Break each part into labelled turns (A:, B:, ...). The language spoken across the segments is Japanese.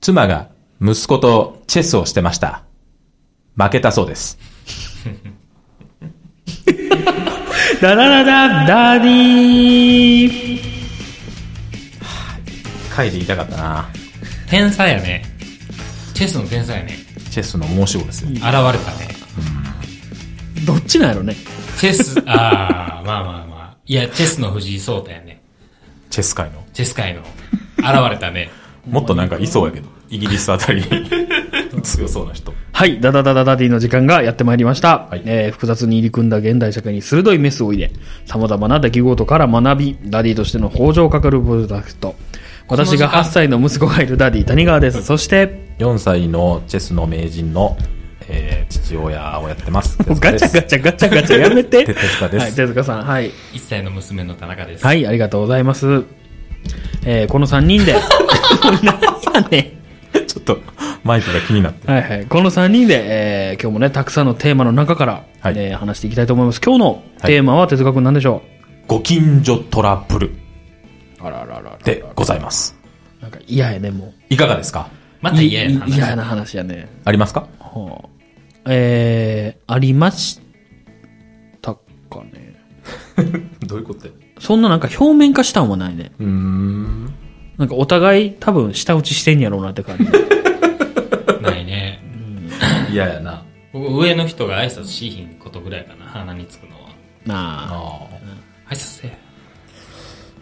A: 妻が息子とチェスをしてました。負けたそうです。
B: ダダダダダディー
A: 書いて言いたかったな。
C: 天才やね。チェスの天才やね。
A: チェスの申し子ですよ。
C: 現れたね。
B: どっちなんやろね。
C: チェス、ああ、まあまあまあ。いや、チェスの藤井聡太やね。
A: チェス界の。
C: チェス界の。現れたね。
A: もっとなんかいそうやけど。イギリスあたり に強そうな人。
B: はい、ダダダダダディの時間がやってまいりました。
A: はい
B: えー複雑に入り組んだ現代社会に鋭いメスを入れ、様々な出来事から学び、ダディとしての向上をかかるプロダクト。私が
C: こ
B: 8
C: の時間
B: 歳の息子がいるダディ、谷川です。そして、
A: 4歳のチェスの名人の、えー父親をやってます。
B: もうガチャガ
A: ャ。
B: チャガチャガチャやめて。
A: 手塚です
B: はい、手塚さん、はい。
C: 1歳の娘の田中です。
B: はい、ありがとうございます。えー、この3人 で、 なんやねん
A: ちょっとマイクが気になって。
B: はいはい。この3人で、えー今日もね、たくさんのテーマの中から、
A: はい
B: えー話していきたいと思います。今日のテーマは、手塚くん何でしょ
A: ご近所トラブル
B: うあらあらあら。
A: でございます。
B: なんか嫌やね、も
A: いかがですか
C: ま
B: う。
C: た
B: い
C: 嫌やな。
B: い嫌やな話やね。
A: ありますか
B: はあ、えー、ありましたかね。
A: どういうことう
B: そんななんか表面化したんはないね。
A: ーん。
B: なんかお互い多分下打ちしてんやろうなって感じ。
C: ないね。
A: 嫌やな。
C: 僕、上の人が挨拶しひんことぐらいかな。鼻につくのは。
B: なあ。
A: ああ。
C: 挨拶せえ。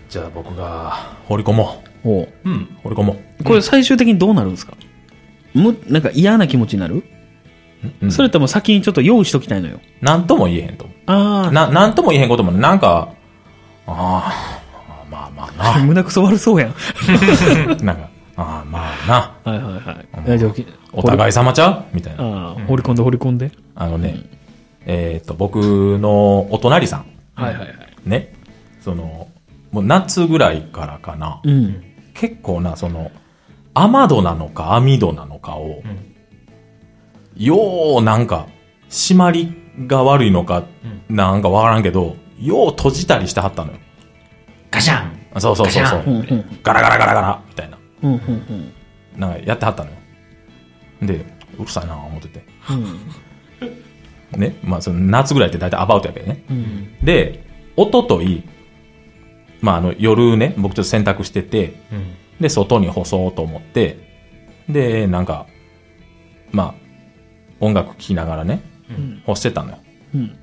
A: じゃあ僕が放り込も
B: おう
C: うん
A: う。。放り込も
B: これ最終的にどうなるんですか、むなんか嫌な気持ちになる、
A: う。うん
B: それとも先にちょっと用意しときたいのよ。
A: なんとも言えへんと思
B: あ
A: う。な、なんとも言えへんこともないなんか、ああ、まあまあな。
B: 胸くそ悪そうやん。
A: なんか、ああ、まあな。
B: はいはいはい。大丈夫。
A: お互い
B: い。
A: 様ちゃうみたいな。
B: ああ、掘り込んで掘り込んで。
A: あのね、えっと、僕のお隣さん、
B: はいはいはい。
A: ね、その、もう夏ぐらいからかな、
B: うん。
A: 結構な、その、雨戸なのか網戸なのかを、
C: ん
A: ようなんか、締まりが悪いのか、なんかわからんけど、よう閉じたりしてはったのよ。
C: ガシャン
A: そうそうそうそ
B: うん
A: う。
B: うん。
A: ガラガラガラガラみたいな。
B: うんうん
A: なんかやってはったのよ。で、うるさいなぁ思ってて。ね、まあその夏ぐらいって大体アバウトやけどね。
B: うん。
A: で、おととい、まああの夜ね、僕ちょっと洗濯してて、
C: うん。
A: で、外に干そうと思って、で、なんか、まあ、音楽聴きながらね、
C: うん
A: 干してたのよ。
B: うん。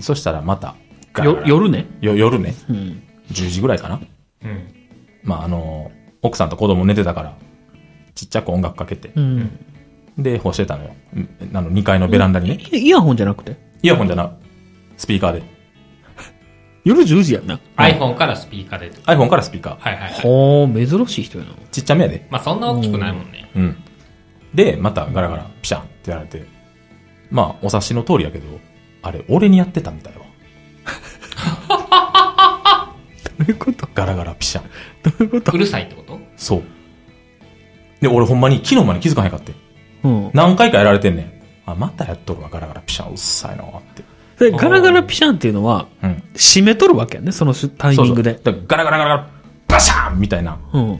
A: そしたらまた、ガラガ
B: よ、
A: ラ
B: 夜ね。
A: よ夜ね、
B: うん。
A: 10時ぐらいかな。
C: うん。
A: まああの、奥さんと子供寝てたから、ちっちゃく音楽かけて、
B: うん。
A: で、干してたのよ。んあの、2階のベランダにね、
B: イヤホンじゃなくて
A: イヤホンじゃない、スピーカーで。
B: 夜10時やんな。
C: iPhone からスピーカーでと。
A: iPhone からスピーカー。
C: はいはいはい。
B: ほー、珍しい人やな。
A: ちっちゃめやで。
C: まあそんな大きくないもんね。
A: うん。で、またガラガラ、ピシャンってやられて。まあ、お察しの通りやけど、あれ、俺にやってたみたいわ。
B: どういうこと
A: ガラガラ、ピシャン。
B: どういうこと
C: うるさいってこと
A: そう。で、俺ほんまに昨日まで気づかへんかって。
B: うん。
A: 何回かやられてんねん。あ、またやっとるわ、ガラガラ、ピシャン。うっさいなって。
B: で、ガラガラピシャンっていうのは、
A: うん。
B: 締めとるわけやね、そのタイミングで。
A: そうそうだからガラガラガラガラ、バシャンみたいな。
B: うん。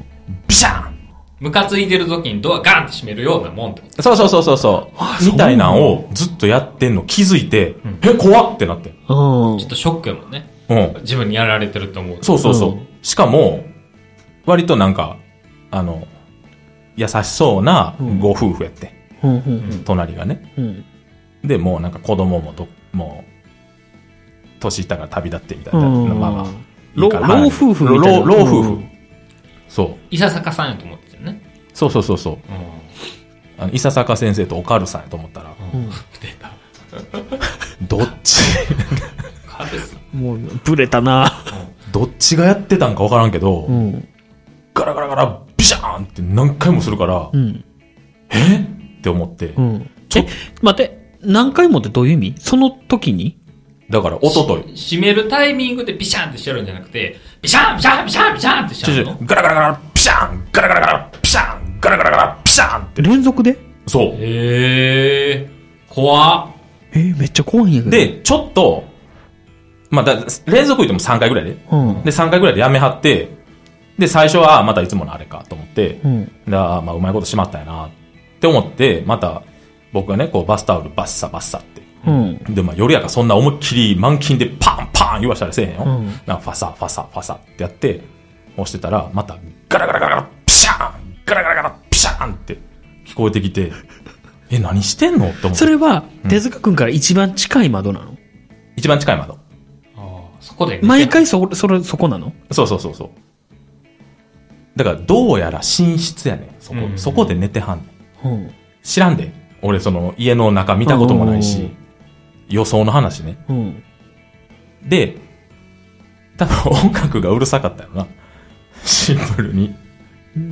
A: ビシャン
C: ムカついてる時にドアガンって閉めるようなもんってこと
A: そうそうそうそうそう。みたいなんをずっとやってんの気づいて、え、怖っってなって。
B: うん
C: ちょっ。とショックやもんね。
A: うん。
C: 自分にやられてると思うと。
A: そうそうそう。
B: うん
A: しかも、割となんか、あの、優しそうなご夫婦やって、
B: うんうん
A: 隣がね。
B: うん。
A: で、もうなんか子供もど、もう、年いったから旅立ってみたいな。まあまあ。い
B: 老
A: いから離れ
B: 老
A: て
B: 夫婦みたいな。
A: 老老夫婦、
B: うん
A: そう。
C: いささかさんやと思ってたよね。
A: そうそうそうそう。
C: う
A: あの、伊佐坂先生とおかるさんやと思ったら、
C: ん。
B: う
C: うんん。出た。
A: どっち、
C: カルス。
B: もう、ブレたな。
A: どっちがやってたんかわからんけど、
B: うん。
A: ガラガラガラ、ビシャーンって何回もするから、
B: うん。
A: えって思って、
B: うん。
A: ちょ
B: え、待って、何回もってどういう意味その時に
A: だから、おととい、
C: 閉めるタイミングでビシャンってしてるんじゃなくて、ビシャンビシャンビシャンビシャンって
A: ち
C: し
A: ょ
C: て
A: ち
C: る
A: ょ
C: の
A: ガラガラガラ、ピシャンガラガラガラ、ピシャンガラガラガラ、ピシャンって。
B: 連続で
A: そう。
C: へえー。怖っ。
B: えーめっちゃ怖いんやけど。、
A: で、ちょっと、まあ、だ連続言っても3回ぐらいで。
B: うん。
A: で、3回ぐらいでやめはって、で、最初は、あまたいつものあれかと思って、
B: うん。
A: でああ、まあ、うまいことしまったやなって思って、また、僕がね、こう、バスタオルバッサバッサって。
B: うん。
A: で、まあ、夜やからそんな思いっきり満勤でパンパン言わしたりせえへんよ。
B: うん
A: なんかファサファサファサってやって、押してたら、また、ガラガラガラガラ、ピシャーンガラガラガラ、ピシャーンって聞こえてきて、え、何してんのって思っ
B: そ
A: て。
B: れは、手塚くんから一番近い窓なの
A: 一番近い窓。
C: あーそこで寝て
B: 毎回そ、それ、そこなの
A: そうそうそうそう。だから、どうやら寝室やねん。そこ、
C: うん
A: そこで寝てはんねん。
B: うん。
A: 知らんで。俺、その、家の中見たこともない
B: うんう
A: し
B: ん、
A: 予想の話ね。
B: うん。
A: で、多分音楽がうるさかったよな。シンプルに。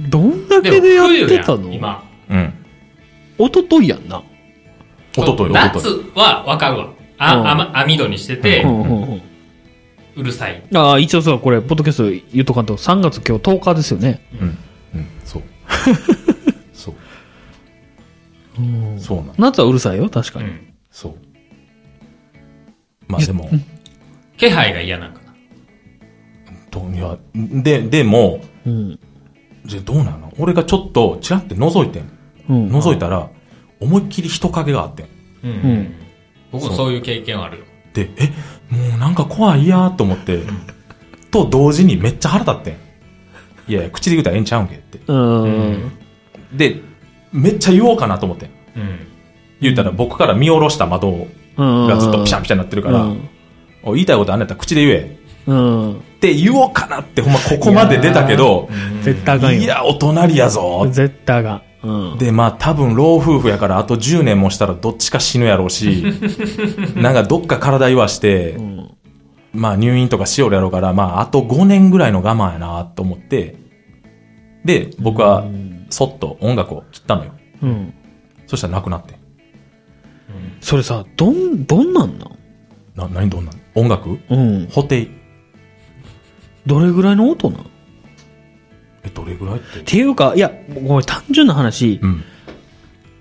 B: どんだ
C: で
B: けでや
C: も
B: っ
C: 冬
B: てた
C: やん
B: の
C: 今
A: うん。
B: 一昨日やんな。
A: おととい、おととい。
C: 夏はわかるわあ、
B: うん
C: あま網戸にしてて、
B: うんうんうん。
C: うるさい
B: ああ、一応さ、これ、ポッドキャスト言っとかんと、3月今日10日ですよね。
A: うん。うん、 そう。そう。そうなん。
B: 夏はうるさいよ、確か
C: う
B: に。
C: ん
A: そう。まあでも、
C: 気配が嫌なんかな
A: どういや、で、でも、
B: うん。
A: じゃどうなの俺がちょっと、ちらって覗いてん。
B: うん。
A: 覗いたら、思いっきり人影があってん。
C: うん、
B: ん
C: 僕もそういう経験はあるよ
A: で、え、もうなんか怖いやーと思って、と同時にめっちゃ腹立ってん。いやいや、口で言うたらええんちゃうんけって。
B: うん。
A: で、めっちゃ言おうかなと思ってん。
C: うん
A: 言うたら僕から見下ろした窓
B: うん。
A: がずっとピシャンピシャンになってるから、
B: うん
A: お言いたいことあんねやったら口で言え。
B: うん。
A: って言おうかなってほんまここまで出たけど、
B: 絶対あかん
A: い
B: よ。
A: や、お隣やぞ。
B: 絶対あかん。うん。
A: で、まあ多分老夫婦やからあと10年もしたらどっちか死ぬやろう し、なんかどっか体言わして、
B: うん
A: まあ入院とかしよるやろうから、まああと5年ぐらいの我慢やなと思って、で、僕はそっと音楽を切ったのよ。
B: うん。
A: そしたらなくなって。
B: それさ、どん、どんなんなん
A: な、何どんなん音楽
B: うん。
A: 補定。
B: どれぐらいの音なんっ
A: え、どれぐらいって。
B: ていうか、いや、ごめん、単純な話
A: う、ん。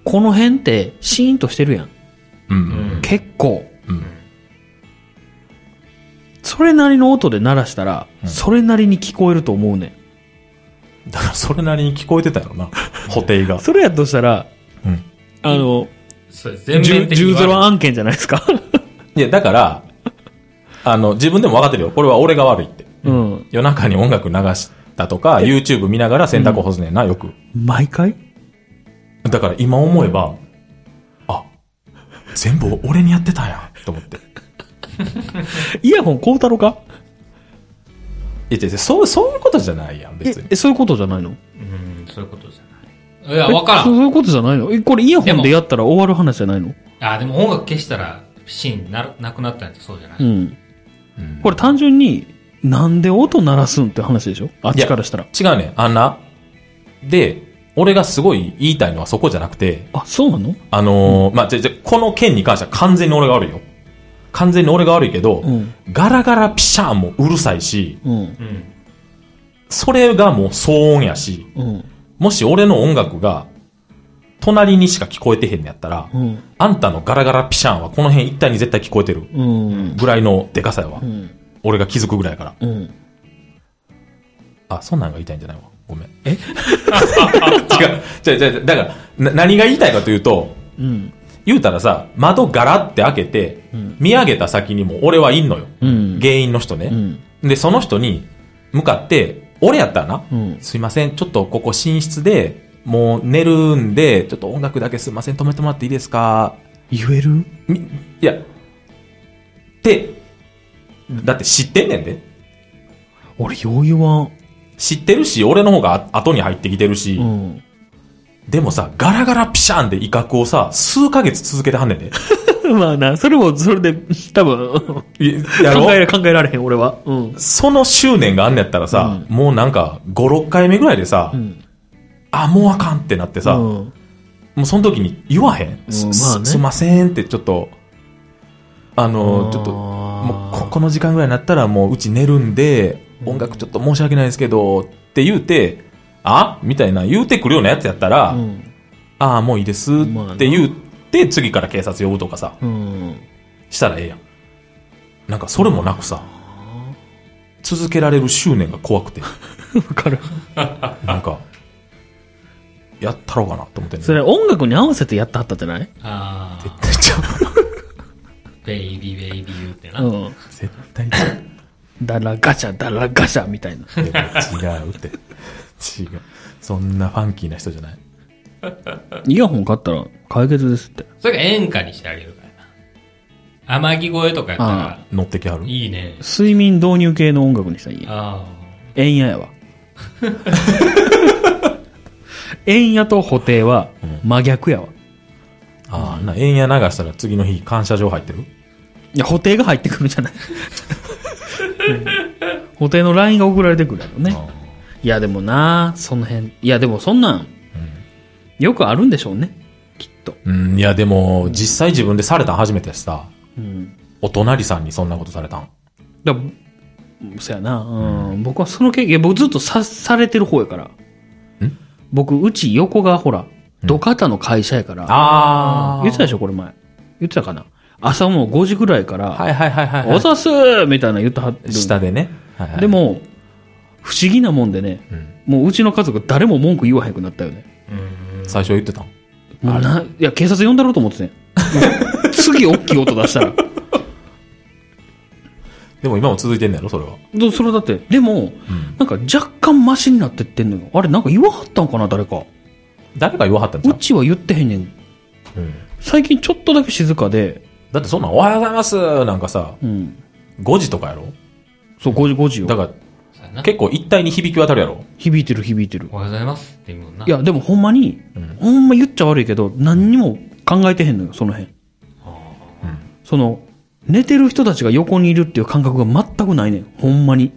B: この辺ってシーンとしてるやん。
A: うん。
C: う
A: うん
C: ん
B: 結構。
A: うん
B: それなりの音で鳴らしたら、それなりに聞こえると思うねん。
A: だからそれなりに聞こえてたよ な。補定が。
B: それやとしたら、
A: うん。
B: あの、
C: そうです全面的に悪い
B: 10-0案件じゃないですか。
A: いや、だから、あの、自分でも分かってるよ。これは俺が悪いって。
B: うん。
A: 夜中に音楽流したとか、YouTube 見ながら洗濯干すねんな、よく。
B: 毎回
A: だから今思えば、あ、全部俺にやってたんや、と思って。
B: イヤホン買うたろか
A: いや、違う違うそう、そういうことじゃないやん、別に。
B: え、そういうことじゃないの
C: うんそういうことじゃないいやわから
B: えそうんそういうことじゃないのえ、これイヤホンでやったら終わる話じゃないの
C: あでも音楽消したらシーンななくなったんやつそうじゃない、
B: うん。
A: うん
B: これ単純に、なんで音鳴らすんって話でしょあっ
A: い
B: ち
A: や
B: からしたら。
A: 違うねん、あんな。で、俺がすごい言いたいのはそこじゃなくて、
B: あ、そうなの
A: あのーまあ、じゃ、じゃ、この件に関しては完全に俺が悪いよ。完全に俺が悪いけど、
B: うん
A: ガラガラピシャーもうるさいし、
B: うん。
C: うん
A: それがもう騒音やし、
B: うん。
A: もし俺の音楽が、隣にしか聞こえてへんのやったら、
B: うん。
A: あんたのガラガラピシャーはこの辺一帯に絶対聞こえてる。
B: うん。
A: ぐらいのデカさやわ。
B: うん。
A: 俺が気づくぐらいやから。
B: うん。
A: あ、そんなんが言いたいんじゃないわ。ごめん。え 違う。違う違う違う。だから、な何が言いたいかというと、
B: うん。
A: 言うたらさ、窓ガラって開けて、見上げた先にも俺はいんのよ。
B: うん。
A: 原因の人ね。
B: うん。
A: で、その人に向かって、俺やったらな、
B: うん
A: すいません、ちょっとここ寝室で、もう寝るんで、ちょっと音楽だけすいません、止めてもらっていいですか
B: 言える
A: み、いや、って、だって知ってんねんで。
B: 俺、よう言わん。
A: 知ってるし、俺の方が後に入ってきてるし、
B: うん。
A: でもさ、ガラガラピシャンで威嚇をさ、数ヶ月続けてはんねんで。
B: まあな、それも、それで、多分、
A: いやろ
B: 考え、考えられへん、俺は。うん。
A: その執念があんねやったらさ、もうなんか、5、6回目ぐらいでさ、
B: うん。
A: あ、もうあかんってなってさ、
B: うん
A: もうその時に言わへん、す
B: うんまあね
A: すすいませんってちょっと、あの、
B: あ
A: ち
B: ー
A: ょっと、もうここの時間ぐらいになったらもううち寝るんで、音楽ちょっと申し訳ないですけど、って言うて、あみたいな言うてくるようなやつやったら、
B: うん。
A: ああ、もういいです
B: まあ
A: って言って、次から警察呼ぶとかさ、
B: うん。
A: したらええやん。なんかそれもなくさ、続けられる執念が怖くて。
B: わかる。
A: なんか、やったろうかなと思ってんねん
B: それ音楽に合わせてやったはったじゃない
C: ああ、
A: 絶対ちゃう。
C: ベイビーベイビー言うてな。
B: うん。
A: 絶対ちゃう。
B: ダラガシャ、ダラガシャみたいな。
A: いや違うって。違う。そんなファンキーな人じゃない。
B: イヤホン買ったら解決ですって。
C: それが演歌にしてあげるからな。天城越えとかやったら、
A: 乗ってきはる。
C: いいね。
B: 睡眠導入系の音楽にしたらいいやん。
C: あ
B: 円ややわ。円やと補定は真逆やわ。
A: ああ、な、円や流したら次の日、感謝状入ってる
B: いや、補定が入ってくるんじゃない、うん補定の LINE が送られてくるやろね。
A: あ
B: いや、でもな、その辺。いや、でもそんなん、よくあるんでしょうね。きっと。
A: ーうん、いやでも、実際自分でされたん初めてやしさ、
B: うん。
A: お隣さんにそんなことされたん。
B: だうんそやな、うん僕はその経験、いや僕ずっとさ、されてる方やから。僕、うち横がほら、土方の会社やから、
A: あ
B: 言ってたでしょ、これ前。言ってたかな。朝もう5時ぐらいから、
A: はいはいはいはい、
B: おざすーみたいなの言ってはってる。
A: 下でね。はいはい
B: で、も、不思議なもんでね、もううちの家族誰も文句言わへんくなったよね。
A: 最初言ってたん。
B: もうな、いや、警察呼んだろうと思って ね。もう次、大きい音出したら。
A: でも今も続いてんねやろ、それは。
B: どそれだって、でも、なんか若干マシになってってんのよ。あれ、なんか言わはったんかな、誰か。
A: 誰か言わはったんち
B: う
A: ゃう、
B: ちは言ってへんねん。
A: うん、
B: 最近ちょっとだけ静かで、
A: だってそんなん、おはようございますなんかさ、
B: うん。
A: 5時とかやろ
B: そう、5時、5時よ。
A: だか
C: あ、そうや
A: ら、
C: な。
A: 結構一体に響き渡るやろ
B: 響いてる、響いてる
C: お。はようございますって言うもんな。
B: いや、でもほんまに、ほんま言っちゃ悪いけど、何にも考えてへんのよ、その辺。その、寝てる人たちが横にいるっていう感覚が全くないねん、ほんまに。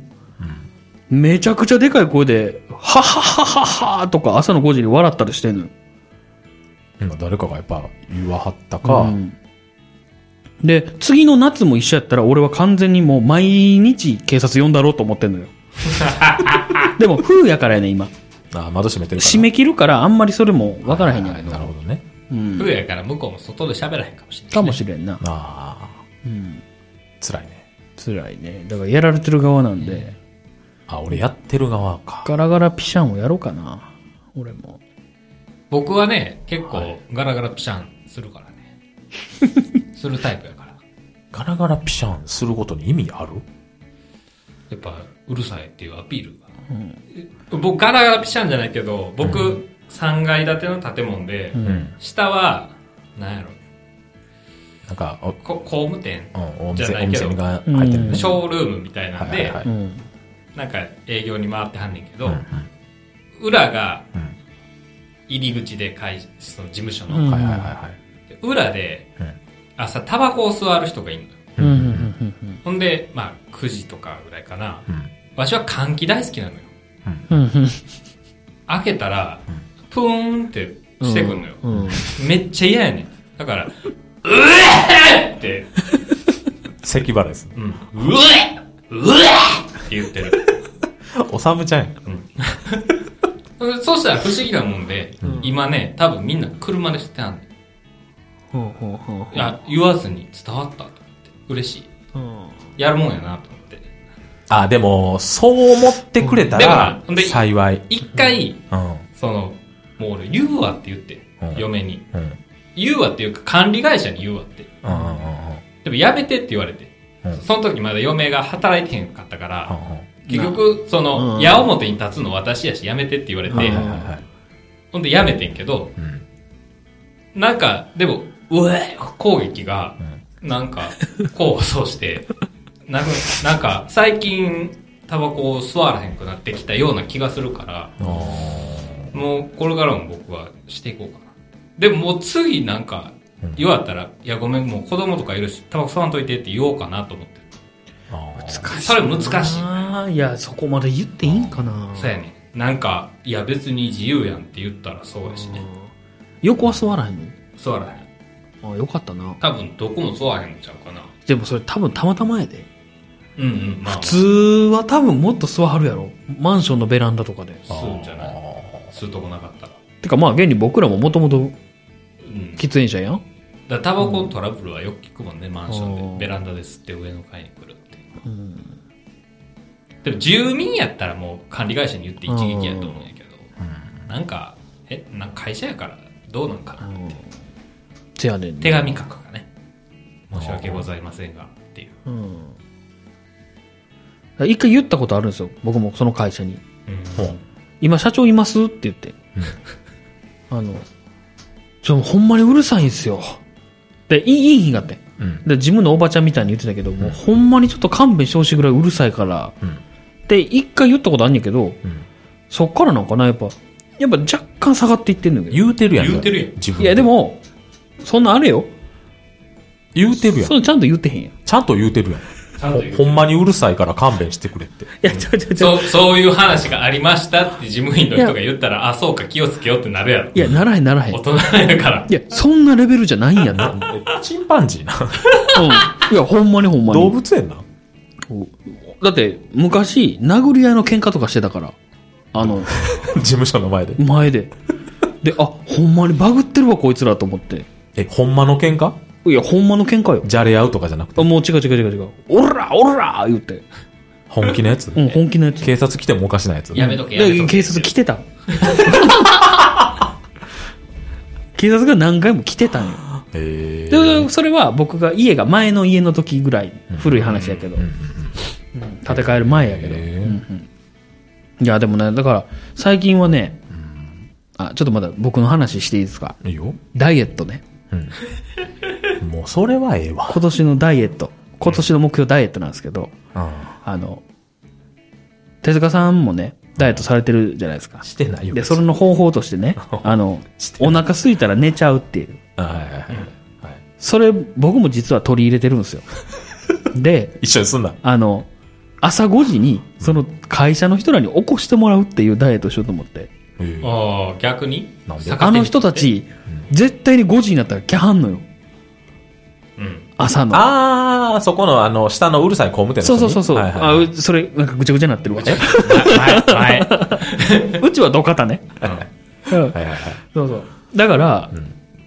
B: めちゃくちゃでかい声で、はははははとか朝の5時に笑ったりしてんのよ。
A: うん誰かがやっぱ言わはったか、
B: うんで、次の夏も一緒やったら、俺は完全にもう毎日警察呼んだろうと思ってんのよ。でも、風やからやね、今。
A: ああ、窓閉めてるから。
B: 締め切るから、あんまりそれも分からへんやけど
A: な。るほどね。
B: うん。
C: 冬やから向こうも外で喋らへんかもしれない、
B: かもしれんな。
A: ああ、
B: うん。
A: 辛いね。
B: 辛いね。だから、やられてる側なんで、
A: あ、俺やってる側か。
B: ガラガラピシャンをやろうかな。俺も。
C: 僕はね、結構ガラガラピシャンするから ね。するタイプやから。
A: ガラガラピシャンすることに意味ある
C: やっぱ、うるさいっていうアピールが。僕、ガラガラピシャンじゃないけど、僕、3階建ての建物で、
A: ん
C: 下は、なんやろ、
A: なんか、お
C: こ工務店、
A: うん、お
C: じ
A: 店、
C: ゃな
A: お
C: いけど
A: 店が入ってるね。
C: ショールームみたいなんで、
A: はいはいはい
B: うん。
C: なんか営業に回ってはんねんけど、裏が
A: ん、
C: 入り口で会、その事務所
B: う
C: の、
B: ん
A: はいはいはいはい。
C: で裏で
A: うん、
C: 朝、タバコを吸わる人がいるのよ。
B: うん。うんうん。
C: ほんで、まあ、9時とかぐらいかな。
A: うん
C: わしは換気大好きなのよ。
B: うん。うん。
C: 開けたら、プーンってしてくんのよ。
B: うん。
C: めっちゃ嫌やねん。だから、うえーって、
A: 咳払いですね。
C: うん、うえうえって言ってる。
A: おさむちゃんや
C: うんそうしたら不思議なもんで、今ね、多分みんな車で吸ってはんね。
B: ほうほうほうん
C: いや、言わずに伝わったと思って、嬉しい。
B: うん。
C: やるもんやなと思って。
A: あ、でも、そう思ってくれたら
C: うんでも、
A: 幸い。
C: 一回、
A: うん。
C: その、もう俺言うわって言って、
A: うん
C: 嫁に。
A: うん。うん
C: 言うわっていうか管理会社に言うわって。
A: うんうんうん
C: でもやめてって言われて。
A: うん
C: その時まだ嫁が働いてへんかったから、
A: うんうん。
C: 結局、その、
B: うん
C: 矢面に立つの私やし、やめてって言われて、
A: はいはいはい。
C: ほんでやめてんけど、
A: うん
C: なんか、でも、うえ攻撃が、なんか、こうそうして、なんか、なんか最近、タバコを吸わらへんくなってきたような気がするから、
A: あ
C: もう、これからも僕はしていこうかな。でも、もう次なんか、言われたら、いや、ごめん、もう子供とかいるし、タバコ吸わんといてって言おうかなと思ってる。
A: ーあー。
C: それ難しい。
B: ああ、いや、そこまで言っていいんかな。
C: そうやねんなんか、いや別に自由やんって言ったらそうやしね。
B: 横は座らへん
C: 座らへん。
B: のあよかったな。
C: 多分どこも座らへんちゃうかな。
B: でもそれ多分たまたまやで。
C: うんうん、まあ、
B: 普通は多分もっと座はるやろ。マンションのベランダとかで。
C: 吸うんじゃない吸うとこなかったら。
B: てかまあ現に僕らももともと
C: うん。だか
B: 喫煙者やん。
C: らタバコのトラブルはよく聞くもんね、マンショ
B: う
C: ン
B: ん
C: で。ベランダで吸って上の階に来るって。
B: うん。
C: でも住民やったらもう管理会社に言って一撃やと思うんやけど、なんか、え、なんか会社やからどうなんかなって。
B: せやねんな
C: 手紙書くかね。申し訳ございませんが、っていう。
B: うん一回言ったことあるんですよ僕もその会社に
C: うん
A: ほう
B: 今社長いますって言って、あのちょほんまにうるさいんですよでいいいい日があって
A: うん。
B: で自分のおばちゃんみたいに言ってたけど、もうほんまにちょっと勘弁してほしいぐらいうるさいから、
A: うん
B: で一回言ったことあんねんけど
A: うん。
B: そっからなんかなやっぱやっぱ若干下がっていってんのよ
A: 言うてるやん。
C: 言うてるやん
A: 自分
B: いやで。もそんなあれよ
A: 言うてるやん
B: そ。のちゃんと言ってへんやんい
A: ちゃんと言うてるやん。
C: ちゃんと言う
A: ほんまにうるさいから勘弁してくれって。
B: やちゃうちゃうちゃう
C: そう、そういう話がありましたって事務員の人が言ったら、あ、そうか、気をつけようってなるやろ。
B: いやならへんならへん
C: 大人やから
B: い。や、そんなレベルじゃないん やな。
A: チンパンジーな。
B: うん。いや、ほんまにほんま
A: 動
B: に。
A: 物園な。
B: だって、昔、殴り合いの喧嘩とかしてたから。あの、
A: 事務所の前で。
B: 前で。で、あ、ほんまにバグってるわ、こいつらと思って。
A: え、ほんまの喧嘩
B: いや、ほんまの喧嘩よ。
A: じゃれ合うとかじゃなく
B: あ
A: て、
B: もう違う違う違う違う。おらおら言って。
A: 本気のやつ
B: うん、本気のやつ。
A: 警察来てもおかしなやつ。
C: やめとけ、やめ
B: で
C: とけ。
B: 警察来てた。 警察が何回も来てたんよ。
A: へー
B: で、それは僕が家が前の家の時ぐらい、古い話やけど、うん建て替える前やけど。
A: へえ
B: うんうんいや、でもね、だから、最近はね、あ、ちょっとまだ僕の話していいですか。
A: いいよ。
B: ダイエットね。
A: もうそれはええわ。
B: 今年のダイエット。今年の目標ダイエットなんですけど、
A: うん。
B: あの、手塚さんもね、ダイエットされてるじゃないですか。
A: してないよ。
B: で、それの方法とし てね、あの、お腹空いたら寝ちゃうっていう。
A: はいはいはいはい。
B: それ、僕も実は取り入れてるんで すよ。で、
A: 一緒にすんな。
B: あの、朝5時に、その会社の人らに起こしてもらうっていうダイエットをしようと思って。
A: へー
C: ああ、逆に
A: なんで
C: 逆
B: あ
C: 手
B: の人た ち、絶対に5時になったら来はんのよ。
C: うん。
B: 朝の。
A: あー、そこの、あの、下のうるさい工務店
B: そ
A: の
B: う
A: 人
B: そう
A: に
B: そうそう。
A: はいはいはい
B: あうそれ、なんかぐちゃぐちゃになって るわ。
C: はい、はい。
B: うちはどかたね。うん
A: はいはいはい。
B: そうそう。だから、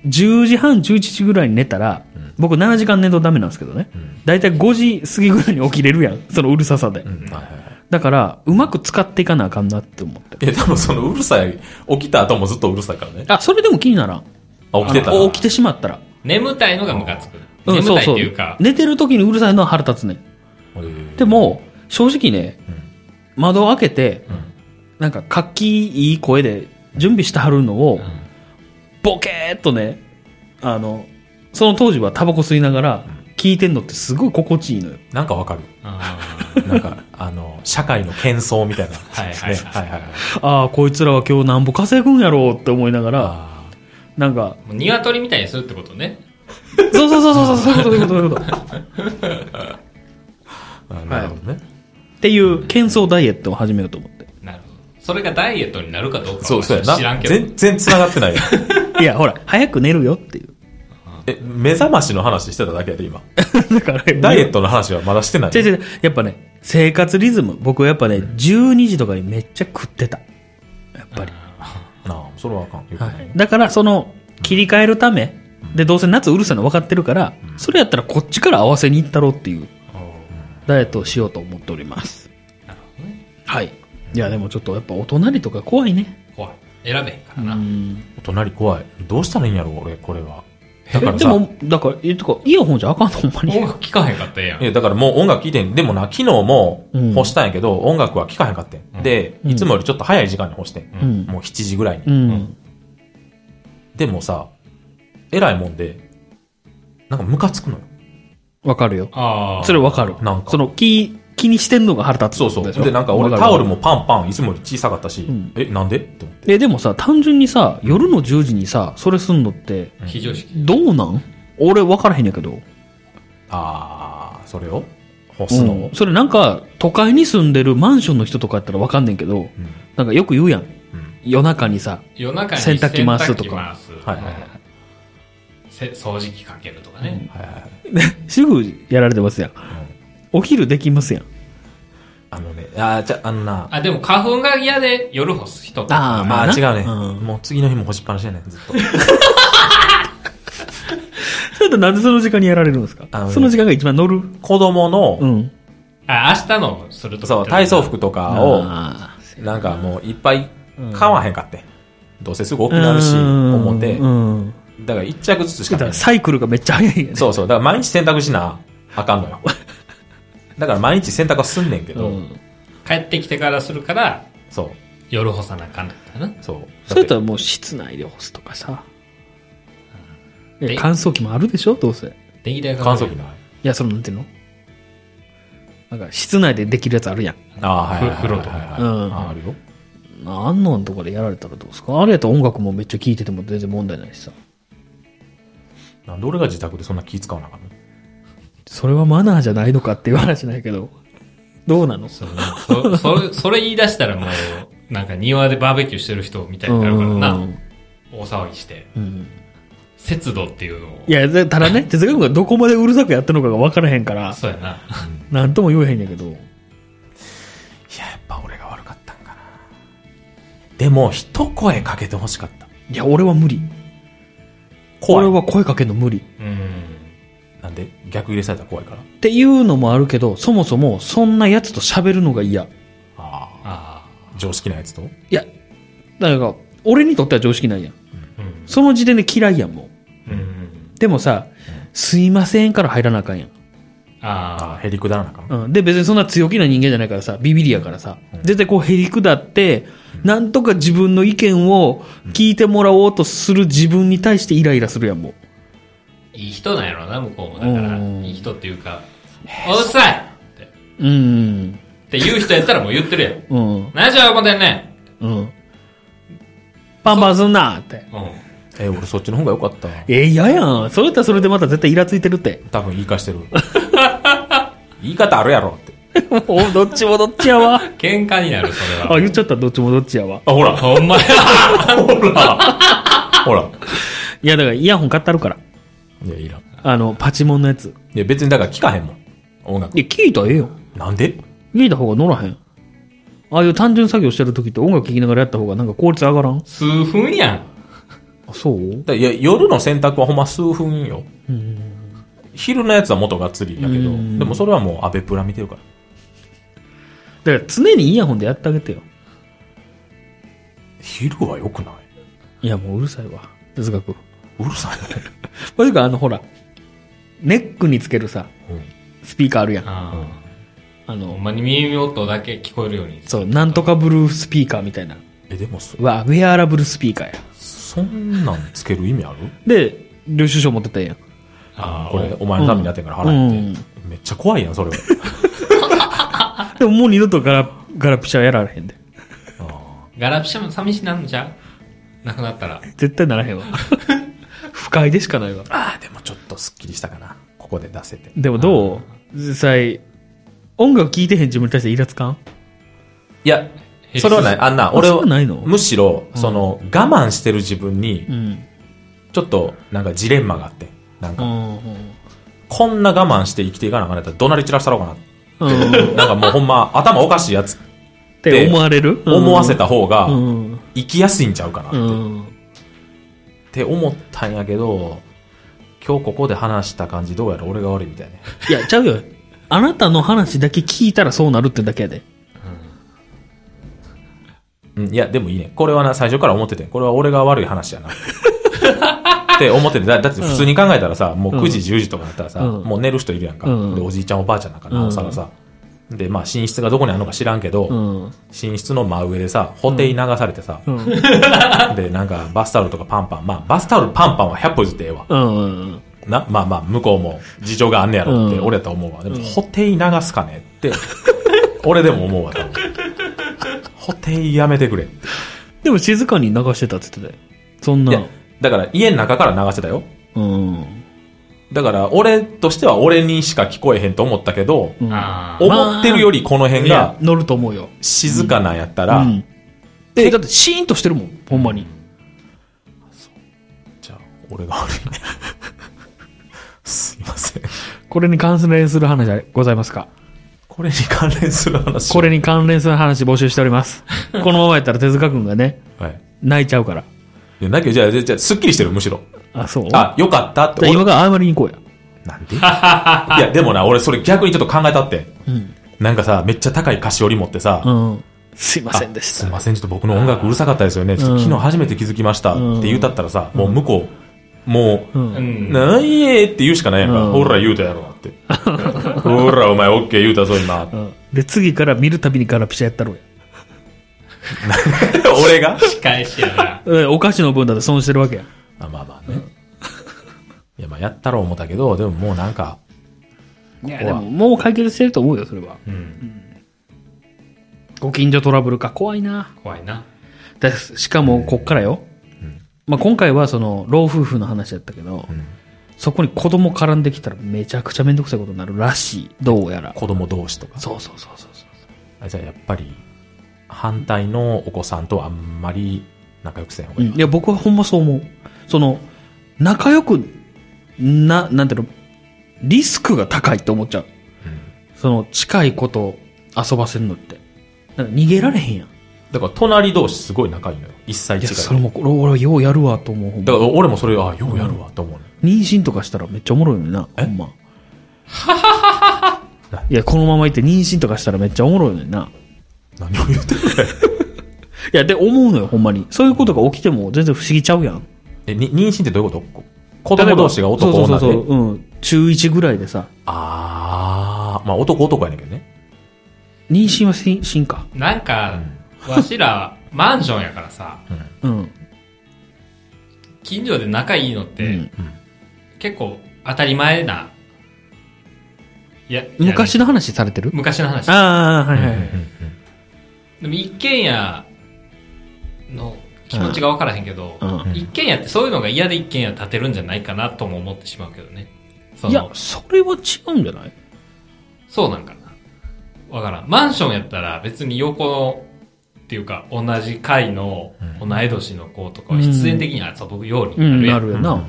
B: 10時半、11時ぐらいに寝たら、僕7時間寝るとダメなんですけどね。だいたい5時過ぎぐらいに起きれるやん。そのうるささで
A: う。んはいはいはい
B: だから、うまく使っていかなあかんなって思って。
A: いや、多分そのうるさい、起きた後もずっとうるさいからね。
B: あ、それでも気にならん。
A: あ、起きてた
C: あ
A: な。
B: 起きてしまったら。
C: 眠たいのがムカつく。
B: うん
C: 眠
B: そう
C: たいって
B: そう
C: いうか、
B: 寝てる時にうるさいのは腹立つねん
A: へー
B: でも正直ね、窓を開けて、
A: ん
B: なんか活気いい声で準備してはるのを、ボケーっとねあのその当時はタバコ吸いながら聞いてんのってすごい心地いいのよ
A: なんかわかる。
C: あ
A: なんか、あの、社会の喧騒みたい な。
C: はいはいはい
A: ねはいはい。
B: ああこいつらは今日なんぼ稼ぐんやろうって思いながら
A: あ
B: なんか
C: ーもう鶏みたいにするってことね。
B: そうそうそうそうそうそういうことそういうことそういうこと
A: ーあなるほどね。
B: っていう喧騒ダイエットを始めようと思って
C: なるほど。それがダイエットになるかどうか
A: そう、そうやな。
C: 知らんけど。
A: 全然繋がって ないよ。
B: いやほら早く寝るよっていう
A: え、目覚ましの話してただけやで、今。
B: だから
A: ダイエットの話はまだしてない。
B: 違う違うやっぱね生活リズム僕はやっぱね12時とかにめっちゃ食ってたやっぱり、
A: なあ、それはあかん。
B: はい、だからその切り替えるためでどうせ夏うるさいの分かってるからそれやったらこっちから合わせに行ったろうっていうダイエットをしようと思っております
C: なるほどね。
B: はいいやでもちょっとやっぱお隣とか怖いね
C: 怖い。選べへんからな。
A: お隣怖い。どうしたらいいんやろ、俺、これは。だから
B: えで
A: さ、
B: もだからえとかイヤホンじゃ あかんのほんま
C: 音
B: に
C: 楽聞かへんかったらええやん
A: い。や、だからもう音楽聴いてん。でもな、昨日も
B: うん
A: 干したんやけど、音楽は聴かへんかってん。で、
B: うん
A: いつもよりちょっと早い時間に干してん。
B: うん
A: もう7時ぐらいに。
B: うん
A: でもさ、えらいもんで、なんかムカつくのよ。
B: わかるよ
C: ああ。
B: それわかる
A: なんか
B: その気気にしてんのが腹立つ
A: そうそう。
B: しょ
A: で、なんか
B: わ
A: 俺
B: る
A: タオルもパンパン、いつもより小さかったし、
B: ん
A: え、なんでって思って。
B: えでもさ単純にさ夜の10時にさそれすんのって
C: 非常識。
B: どうなん俺分からへんやけど、
A: あー、それを干
B: う
A: すのを
B: ん、それなんか都会に住んでるマンションの人とかやったら分かんねんけど、なんかよく言うやん、夜中にさ
C: 夜中に
B: 洗濯機回すとか
C: 洗濯機回す
A: はいはいはい
C: せ掃除機かけるとかね。
A: はいはいはい。
B: 主婦やられてますやん、お昼できますやん
A: あのね、あー、じゃ、あのな、
C: あ、でも花粉が嫌で夜干す人とか。
B: あーま
A: あ
B: あな
A: ー、違うね。
B: うん
A: もう次の日も干しっぱなしやねん、ずっと。
B: それとなんでその時間にやられるんですか
A: あのね
B: その時間が一番乗る
A: 子供の、
B: うん
C: あ、明日のすると
A: そう、体操服とかを、
B: あー
A: なんかもういっぱい買わへんかって。どうせすぐ多くなるし、思って
B: う。ん
A: だから一着ずつしか
B: だか
A: ない
B: ら。サイクルがめっちゃ早いよね。
A: そうそう。だから毎日洗濯しなあかんの よ。だから毎日洗濯はすんねんけど、
B: ん
C: 帰ってきてからするから、
A: そう、
C: 夜干さなあかんのかな。
A: そう。
B: それやったらもう室内で干すとかさ。
C: うん
B: え乾燥機もあるでしょどうせ。い
C: 電気代が
A: 乾燥機ない。
B: や、そのなんていうのなんか室内でできるやつあるやん。
A: ああ、はいはいはい。
C: 風呂とか
A: はいはい
B: うん
A: ああるよ。
B: あんなんとかでやられたらどうですかあれやったら音楽もめっちゃ聴いてても全然問題ないしさ。
A: なんで俺が自宅でそんな気使わなあかんの
B: それはマナーじゃないのかっていう話ないけど。どうなの
C: そうそそれ、 それ言い出したらもう、なんか庭でバーベキューしてる人みたいになるから
B: う
C: な。
B: ん
C: 大騒ぎして。
B: うん
C: 節度っていうのを
B: い。や、でただ ね、哲学がどこまでうるさくやったのかが分からへんから、
C: そうやな。
B: なんとも言えへんねんけど。
A: いや、やっぱ俺が悪かったんかな。でも、一声かけてほしかった。
B: いや、俺は無理。
A: 怖い。
B: 俺は声かけるの無理。
C: うん。
A: なんで逆入れされたら怖いから。
B: っていうのもあるけど、そもそもそんなやつと喋るのが嫌。い
A: あ
C: あ
A: あ、常識なやつと。
B: や、だから、俺にとっては常識ないやん。
C: あ。うん。
B: その時点で嫌いやん、も
C: うん。
B: う。でもさ、すいませんから入らなあかんやん。
A: ああ、
C: あ
A: へりくだらなあかん。
B: うん。で、別にそんな強気な人間じゃないからさ、ビビりやからさ、絶対こうへりくだって、なんとか自分の意見を聞いてもらおうとする自分に対してイライラするやん、もう。
C: あ。いい人なんやろな、向こうも。だから、
B: うん
C: いい人っていうか、おっさいって。
B: うん。
C: って言う人やったらもう言ってるやん。
B: うん。
C: 何じゃ思てんね
B: うん。パンパンすんなって。
C: ん。うん。
A: え、俺そっちの方が良かった。
B: え、嫌やん。それやったらそれでまた絶対イラついてるって。
A: 多分言い返して る。言い方あるやろって。
B: もう どっちもどっちやわ。
C: 喧嘩になる、それ
B: あ、
C: は。
B: 言っちゃった、どっちもどっちやわ。
A: あ、ほら、
C: ほんまや。
A: ほら。
B: いや、だからイヤホン買ってあるから。
A: いや、いらん。
B: あの、パチモンのやつ。
A: いや、別にだから聞かへんもん。音楽
B: い。や、聞いたらええよ。
A: なんで
B: 聞いた方が乗らへん。ああいう単純作業してる時って音楽聴きながらやった方がなんか効率上がらん
C: 数分やん。
B: あ、そう
A: だいや、夜の洗濯はほんま数分よ。昼のやつは元がっつりやけど、で
B: うん
A: もそれはもうアベプラ見てるから。
B: だから常にイヤホンでやってあげてよ。
A: 昼は良くない
B: いや、もううるさいわ。哲学。
A: うるさいね。
B: まじか、あの、ほら、ネックにつけるさ、スピーカーあるやん。
C: あ
B: あ
C: あ。ほ
B: の
C: ん、まに耳音だけ聞こえるように。
B: そう、なんとかブルースピーカーみたいな。
A: え、でもそ、
B: うわ、ウェアラブルスピーカーや。
A: そんなんつける意味ある
B: で、領収書持ってったらええやん。
C: あ
A: これ、お前のためになってんから払えって。めっちゃ怖いやん、それは。
B: でももう二度とガラ、ガラピシャやられへんで。
C: ガラピシャも寂しなんじゃうなくなったら。
B: 絶対ならへん わ。不快でしかないわ。
A: ああ、でもちょっとスッキリしたかな。ここで出せて。
B: でもどう実際、音楽聴いてへん自分に対してイラつかん
A: いや、それはない。あんな、俺
B: そ
A: は
B: うないの、
A: むしろ、その、我慢してる自分に
B: う、ん。
A: ちょっと、なんかジレンマがあって。なん
B: う
A: か、
B: ん。
A: こんな我慢して生きていかなあかんやったら、怒鳴り散らしたろうかな。
B: うん。っ
A: なんかもうほんま、頭おかしいやつ、
B: て思われる
A: 思わせた方が
B: う、ん。
A: 生きやすいんちゃうかなって。
B: うん。
A: って思ったんやけど、今日ここで話した感じ、どうやら俺が悪いみたいね。
B: いや、ちゃうよ。あなたの話だけ聞いたらそうなるってだけやで。
A: うん、いや、でもいいね。これはな、最初から思ってて。これは俺が悪い話や な。って思ってて。だだって普通に考えたらさ、もう9時、10時とかだったらさ、
B: うん
A: もう寝る人いるやんか。
B: うん
A: で、おじいちゃん、おばあちゃんなんかなおさらさ。で、まあ、寝室がどこにあるのか知らんけど、
B: うん。
A: 寝室の真上でさ、補填流されてさ、
B: うん。
A: で、なんか、バスタオルとかパンパン。まあ、バスタオルパンパンは100歩ずってええわ。
B: うん。
A: な、まあまあ、向こうも事情があんねやろって、
B: うん
A: 俺やと思うわ。でも、補填流すかねって、俺でも思うわ、多分。補填やめてくれ。
B: でも静かに流してたって言ってたよ。そん
A: い
B: な
A: や。、だから家の中から流してたよ。
B: うん。
A: だから、俺としては俺にしか聞こえへんと思ったけど、
B: うん
C: ああ。
A: 思ってるよりこの辺
B: いや
A: が
B: 乗ると思うよ。
A: 静かなんやった
B: う
A: ら、
B: ん。え、だってシーンとしてるもん、ほんまに。
A: じゃあ、俺が悪いね。すいません。
B: これに関連する話はございますか
A: これに関連する話。
B: これに関連する話募集しております。このままやったら手塚くんがね、
A: はい。
B: 泣いちゃうから。
A: いや、だけど、じゃあ、じゃあじゃあ、すっきりしてる、むしろ。
B: あ、そうじゃあ
A: あ、よかったって。俺
B: 今から謝りに行こうや。
A: なんでいや、でもな、俺それ逆にちょっと考えたって。
B: うん。
A: なんかさ、めっちゃ高い菓子折り持ってさ、
B: うん。すいませんでし
A: すい
B: た。
A: ません、ちょっと僕の音楽うるさかったですよね。ちょっと昨日初めて気づきましたって言うたったらさ、もう向こう、もう、
B: うん。
C: ん。
A: なんえって言うしかないやんか。
B: うん
A: ほら言うたやろって。 ほらお前オッケー言うたぞ今。
B: うんで、次から見るたびにガラピシャやったろうや。
A: 俺が
C: 仕返しやな。
B: えお菓子の分だって損してるわけや。
A: あまあまあね。いやまあやったろう思ったけど、でももうなんか、
B: いや、
A: ここ
B: で
A: は
B: も、もう解決してると思うよ、それは。
A: うん。
B: ご近所トラブルか、怖いな。
C: 怖いな。
B: だしかも、こっからよ。まあ、今回は、その、老夫婦の話だったけど、
A: ん
B: そこに子供絡んできたら、めちゃくちゃめんどくさいことになるらしい。どうやら。
A: 子供同士とか。
B: そうそうそうそうそう。
A: あじゃあやっぱり、反対のお子さんとはあんまり仲良くせんほう
B: う
A: がい
B: ん
A: い。
B: いや、僕はほんまそう思う。その、仲良く、な、なんていうの、リスクが高いって思っちゃう。その、近いことを遊ばせるのって。なんか逃げられへんやん。い
A: だから隣同士すごい仲いいのよ。一切違
B: や、
A: い。
B: それも、俺俺はようやるわと思う。ほん
A: だ
B: ま
A: から俺もそれ、あようやるわと思うね。
B: 妊娠とかしたらめっちゃおもろいのにな、ほんま。 いや、このままいって妊娠とかしたらめっちゃおもろいのにな。
A: 何を言ってるか。
B: いや、で、思うのよ、ほんまに。そういうことが起きても全然不思議ちゃうやん。
A: え、に妊娠ってどういうことこ子供同士が男
B: そうそ
A: 女で。
B: うそうそう、うん。中1ぐらいでさ、
A: あー、まあ男男やねんけどね。
B: 妊娠はししんか。
C: なんか、わしら、マンションやからさ、
B: うん。
C: 近所で仲いいのって、
B: うん
C: 結構当たり前な、いや、
B: 昔
C: の
B: の話されてる
C: 昔の話。
B: ああ、はいはいはい。
C: でも一軒家の気持ちがわからへんけど、
B: うん
C: 一軒家ってそういうのが嫌で一軒家建てるんじゃないかなとも思ってしまうけどね。そ
B: いや
C: の、
B: それは違うんじゃない
C: そうなんかな。わからん。マンションやったら別に横の、っていうか同じ階の同い年の子とかは必然的に遊ぶように
B: う
C: なる
B: ん、
C: や。
B: なんるよな。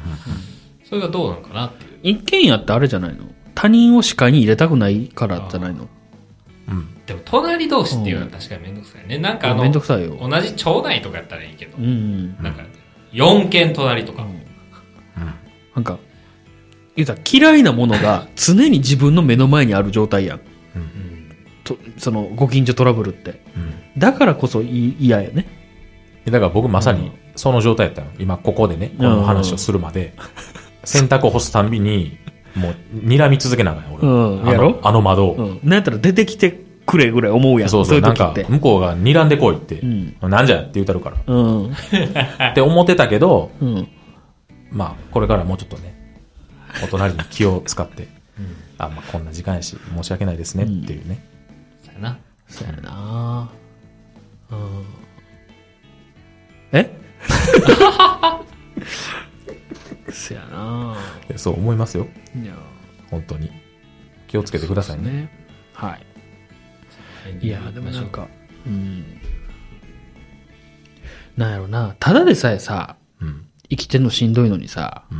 C: それがどうなのかなっていう。
B: 一軒家ってあれじゃないの他人を視界に入れたくないからじゃないの
A: うん。
C: でも隣同士っていうのは確かにめんどくさいね。なんかあの
B: めん、どくさいよ。
C: 同じ町内とかやったらいいけど
B: う、ん。
C: なんか、4軒隣とか。
B: なんか、言うたら嫌いなものが常に自分の目の前にある状態やん。とその、ご近所トラブルって。だからこそい嫌やね。
A: だから僕まさにその状態やったの。今ここでね、この話をするまで、洗濯を干すたんびに、もう睨み続けながら俺。
B: うん
A: あの
B: やろ
A: あの窓を。
B: うん。なんやったら出てきてくれぐらい思うやん。
A: そうそう、
B: いう
A: なん
B: 時っ
A: か
B: て。
A: 向こうが睨んでこいって
B: ん、
A: なんじゃって言うたるから。
B: うん。
A: って思ってたけど、
B: うん。
A: まあこれからもうちょっとね、お隣に気を使って、あ、まあこんな時間やし、申し訳ないですねっていうね。
C: そうやな。
B: そうやなうん。え そやな
A: そう思いますよ。
B: いや、
A: 本当に。気をつけてくださいね。
B: ね。はい。いや、でもなんか、うん。なんやろな、ただでさえさ、
A: うん。
B: 生きてんのしんどいのにさ、
A: ん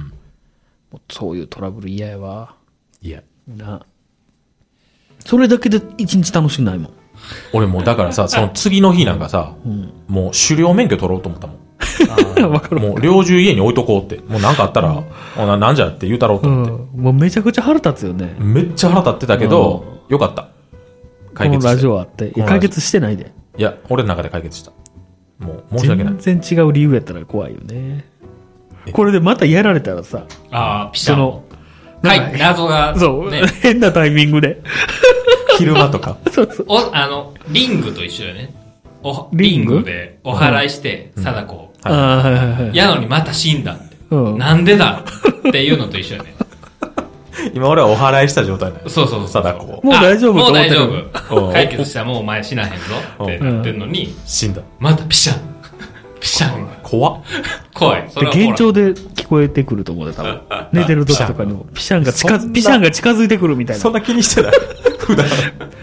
B: もうそういうトラブル嫌やわ。
A: いや。
B: な。それだけで一日楽しくないもん。
A: 俺もうだからさ、その次の日なんかさ、
B: うん。
A: もう狩猟免許取ろうと思ったもん。
B: わかる。
A: もう猟銃家に置いとこうって。もうなんかあったら、おななんじゃって言うたろうと
B: うん。
A: 思って。
B: もうめちゃくちゃ腹立つよね。
A: めっちゃ腹立ってたけど、よかった。解決し
B: このラ
A: て
B: ジオあって。い
A: このラ
B: や
A: ジオ
B: 解決してないで。
A: いや、俺の中で解決した。もう申し訳ない。
B: 全然違う理由やったら怖いよね
A: え。
B: これでまたやられたらさ、
C: ああ、ピシャ
B: そ
C: の
B: の、、
C: は
B: なんか
C: い、謎が、
B: そう、
C: ね、
B: 変なタイミングで。
A: 昼間とか。
B: そうそう。
C: お、あの、リングと一緒よね。お、リ
B: リ
C: ン
B: ング
C: グでお祓いして、貞子を。
A: はい
B: ああ、はいはいはい。
C: やのにまた死んだって。
B: うん
C: なんでだっていうのと一緒よ ね。
A: 今俺はお祓いした状態なの。
C: そうそうそう。
A: 貞子を
B: もう大丈夫
C: あもう
B: と思っ
C: 大
B: てる
C: 丈夫。
A: うん
C: 解決したらもうお前死なへんぞってなってんのに、
A: 死んだ。
C: またピシャン。 ピシャン。
A: 怖っ。
C: 怖い。それ
B: で、
C: は怖い
B: 幻聴で聞こえてくると思うで、多分。寝てる時とかにも、ピシャンが近
A: そん
B: づ、
A: な
B: ピシャンが近づいてくるみたい
A: そ
B: な。
A: んな気にしてない。普段。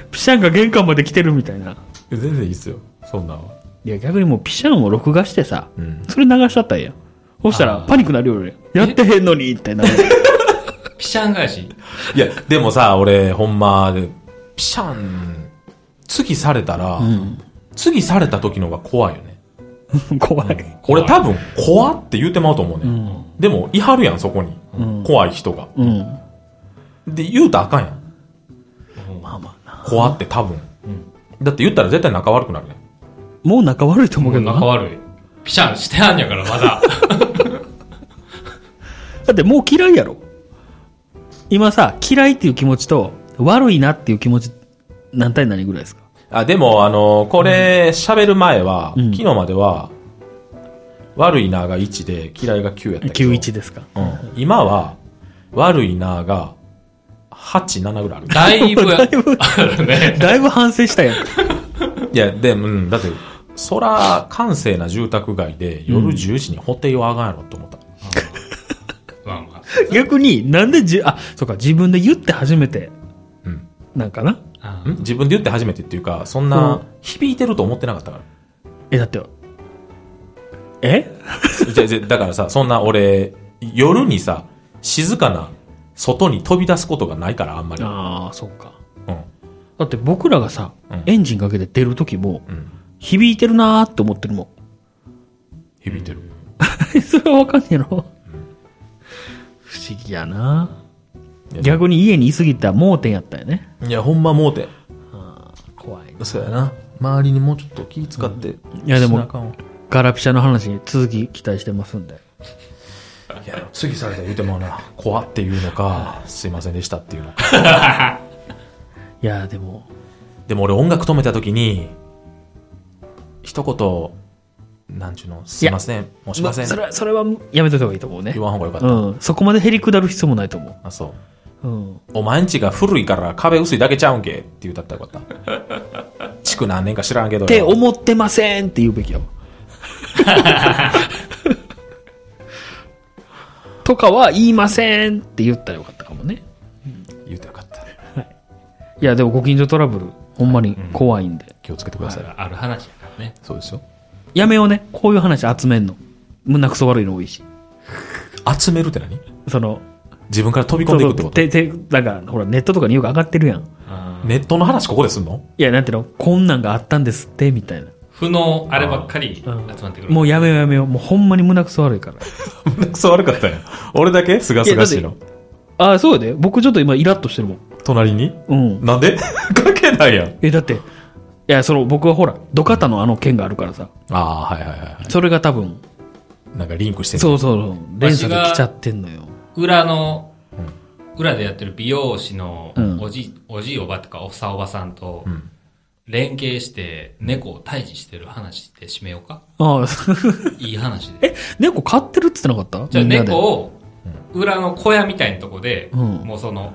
B: ピシャンが玄関まで来てるみたいな。
A: 全然いいっすよ。そんなんは。
B: いや、逆にもうピシャンを録画してさ
A: ん、
B: それ流しちゃったんや。そしたら、パニックなるよね。やってへんのにってなる。
C: ピシャン返し。
A: いや、でもさ、俺、ほんま、ピシャン、次されたら、次された時の方が怖いよね。
B: 怖い。
A: 俺多分、怖って言うてまうと思うね、ん。でも、いはるやん、そこに。怖い人が。
B: うん。
A: で、言うたらあかんやん。
B: まあまあな。
A: 怖って多分。
C: うん。
A: だって言ったら絶対仲悪くなるね。
B: もう仲悪いと思う
C: 僕
B: けどな
C: 仲悪い。ピシャンしてあんやから、ま だ。
B: だってもう嫌いやろ。今さ、嫌いっていう気持ちと、悪いなっていう気持ち、何対何ぐらいですか
A: あ、でも、あの、これ、喋る前は、
B: うん
A: 昨日までは、悪いなが1で、嫌いが9やったけど。
B: ?91 ですか。
A: うん。今は、悪いなが、8、7ぐらいある。
C: だいぶ、
B: だいぶ
C: あるね。
B: だいぶ反省したやん。
A: いや、でも、うん、だって、そら、閑静な住宅街で、夜10時にホテイはあかんやろって思った。
C: まあまあ。
B: 逆に、なんでじ、あ、そうか、自分で言って初めて、
A: うん。
B: なんかな。
C: あ
A: ん自分で言って初めてっていうか、そん
B: うん
A: な、響いてると思ってなかったから。
B: え、だって、え
A: じゃじゃだからさ、そんな俺、夜にさ、静かな、外に飛び出すことがないから、あんまり。
B: ああ、そうか。
A: うん。
B: だって僕らがさ、
A: うん
B: エンジンかけて出る時も、
A: うん。
B: 響いてるなーって思ってるもん。
A: 響いてる。
B: それはわかんねえの不思議やない
A: や
B: 逆に家にいすぎたら盲点やったよね。
A: いや、ほんまもうて。
B: 怖い。
A: そうやな。周りにもうちょっと気使って。
B: いやでも
A: しなあかんわ
B: ガラピシャの話に続き期待してますんで。
A: いや、次されたら言うてもな、怖っていうのか、すいませんでしたっていうのか。
B: いや、でも、
A: でも俺音楽止めた時に、一言、なんちゅうの、すいません、もうしません
B: そ。れは、それはやめといた方がいいと思うね
A: 言。わん方がよかった。
B: うん。そこまでへりくだる必要もないと思
A: あ、そう。
B: う。うん。
A: お前んちが古いから壁薄いだけちゃうんけって言うたったらよかった。築何年か知らんけどよ。
B: って思ってません って言うべきよ。とかは言いませんって言ったらよかったかもね。
A: 言うてよかった。
B: いや、でもご近所トラブル、ほんまに怖いんで。
A: 気をつけてく
C: ま
A: ださい。
C: あある話やからね。
A: そうですよ。
B: やめようね。こういう話集めんの。胸くそ悪いの多いし。
A: 集めるって何
B: その、
A: 自分から飛び込んでいくってこと
B: て、て、なんか、ほら、ネットとかによく上がってるやん。
C: あー
A: ネットの話ここですんの
B: いや、なんていうのこんなんがあったんですって、みたいな。
C: 負のあればっかり集
B: うん
C: まってくる。
B: もうやめようやめよう。もうほんまに胸くそ悪いから。
A: くそ悪かったよ。俺だけすがすがしいの。
B: ああ、そうやで。僕ちょっと今イラッとしてるもん。
A: 隣に
B: うん。
A: なんで 関係ないやん。
B: え、だって、いや、その、僕はほら、土方のあの件があるからさ。
A: ああー、はいはいはいは
B: それが多分、
A: い。なんかリンクしてる。
B: そうそうそう、連鎖で来ちゃってんのよ。
C: 裏の、裏でやってる美容師の
B: うん
C: おじ、おじいおばとかおさおばさんと
A: ん
C: 連携して猫を退治してる話って締めよ うか
B: ああ、
C: いい話で。
B: え、猫飼ってるって言ってなかった
C: じゃあ
B: みんなで
C: 猫を裏の小屋みたいなとこで、
B: うん
C: もうその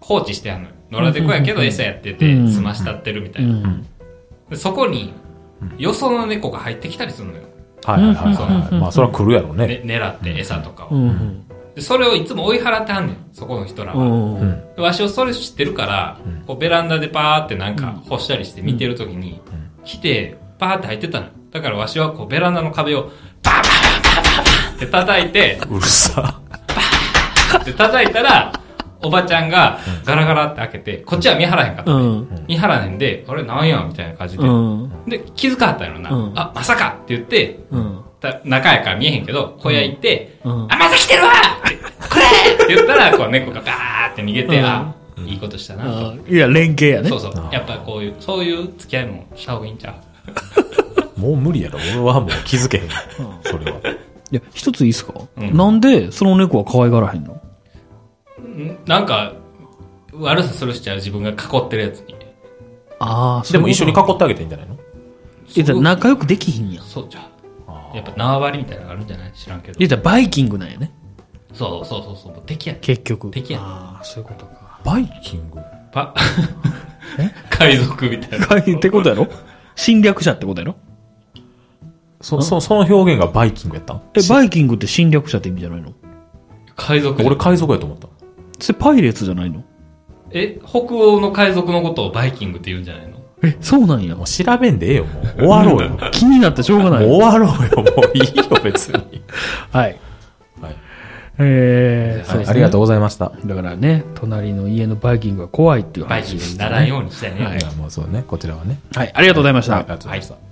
C: 放置してあんのよ。野良猫やけど餌やって
B: う
C: て
B: ん
C: 済ましたってるみた
B: う
C: いな。
B: ん。
C: でそこによその猫が入ってきたりするのよ。
A: はいはいはい
C: うんうん
A: はい。まあそれは来るやろうね。
C: ね、狙って餌とか
B: う
C: を。
B: ん。
C: でそれをいつも追い払ってはんねん。そこの人ら
B: う
C: は。
B: ん。う。
A: うんん。
C: でわしをそれ知ってるから、こうベランダでパーってなんか干したりして見てるときに、来て、パーって入ってたの。だからわしはこうベランダの壁を、パーパーパーパーパーパーって叩 いて、
A: うるさ。
C: で叩いたら、おばちゃんがガラガラって開けて、こっちは見張らへんかった。
B: うん。
C: 見張らへんで、あれなんやみたいな感じで
B: う。ん。
C: で、気づかはったんやろな
B: うん。
C: あ、まさかって言って、
B: うん。
C: た中やから見えへんけど、小屋行って、
B: うん
C: あ、また来てるわこれって言ったら、こう猫がバーって逃げて、
B: うん
C: あ、いいことしたなと。
B: ああいや、連携やね。
C: そうそう
A: あ。ー
C: やっぱこういう、そういう付き合いもした方がいいんちゃう
A: もう無理やろ。俺はもう気づけへん。それは。
B: いや、一ついいっすか、
C: うん
B: なんで、その猫は可愛がらへんの
C: んなんか、悪さするしちゃう自分が囲ってるやつに。
B: ああ、そう
A: でも
B: いう
A: 一緒に囲ってあげていいんじゃないの
B: え、だから仲良くできひんやん。
C: そうじゃう。やっぱ縄張りみたいなのがあるんじゃない知らんけど
B: え、。だからバイキングなんやね。
C: そうそうそうそう、もう敵やん。
B: 結局。
C: 敵や
B: ああ、そういうことか。
A: バイキング
C: パ、海賊みたいな。
B: バイ ってことやろ侵略者ってことやろ
A: そ、そ、その表現がバイキングやったん
B: え、バイキングって侵略者って意味じゃないの
C: 海賊。
A: 俺海賊やと思った。
B: それパイレーツじゃないの
C: え、北欧の海賊のことをバイキングって言うんじゃないの
B: え、そうなんや
A: もう。調べんでええよ、もう。終わろ うよ。も
B: 気になってしょうがな
A: う
B: い。
A: 終わろうよ、もういいよ、別に。
B: はい。
A: はい。
B: えー、そうですね。
A: うございました。
B: だからね、隣の家のバイキングが怖いっていう
C: バイキ
B: 話
C: ン
B: で
C: グに
B: す、
C: ならん
B: ね。
C: ようにしたいね。
A: はいや、もうそうね、こちらはね。
B: はい、ありがとうございまし
A: はいあ
B: た
A: り。がとうございました。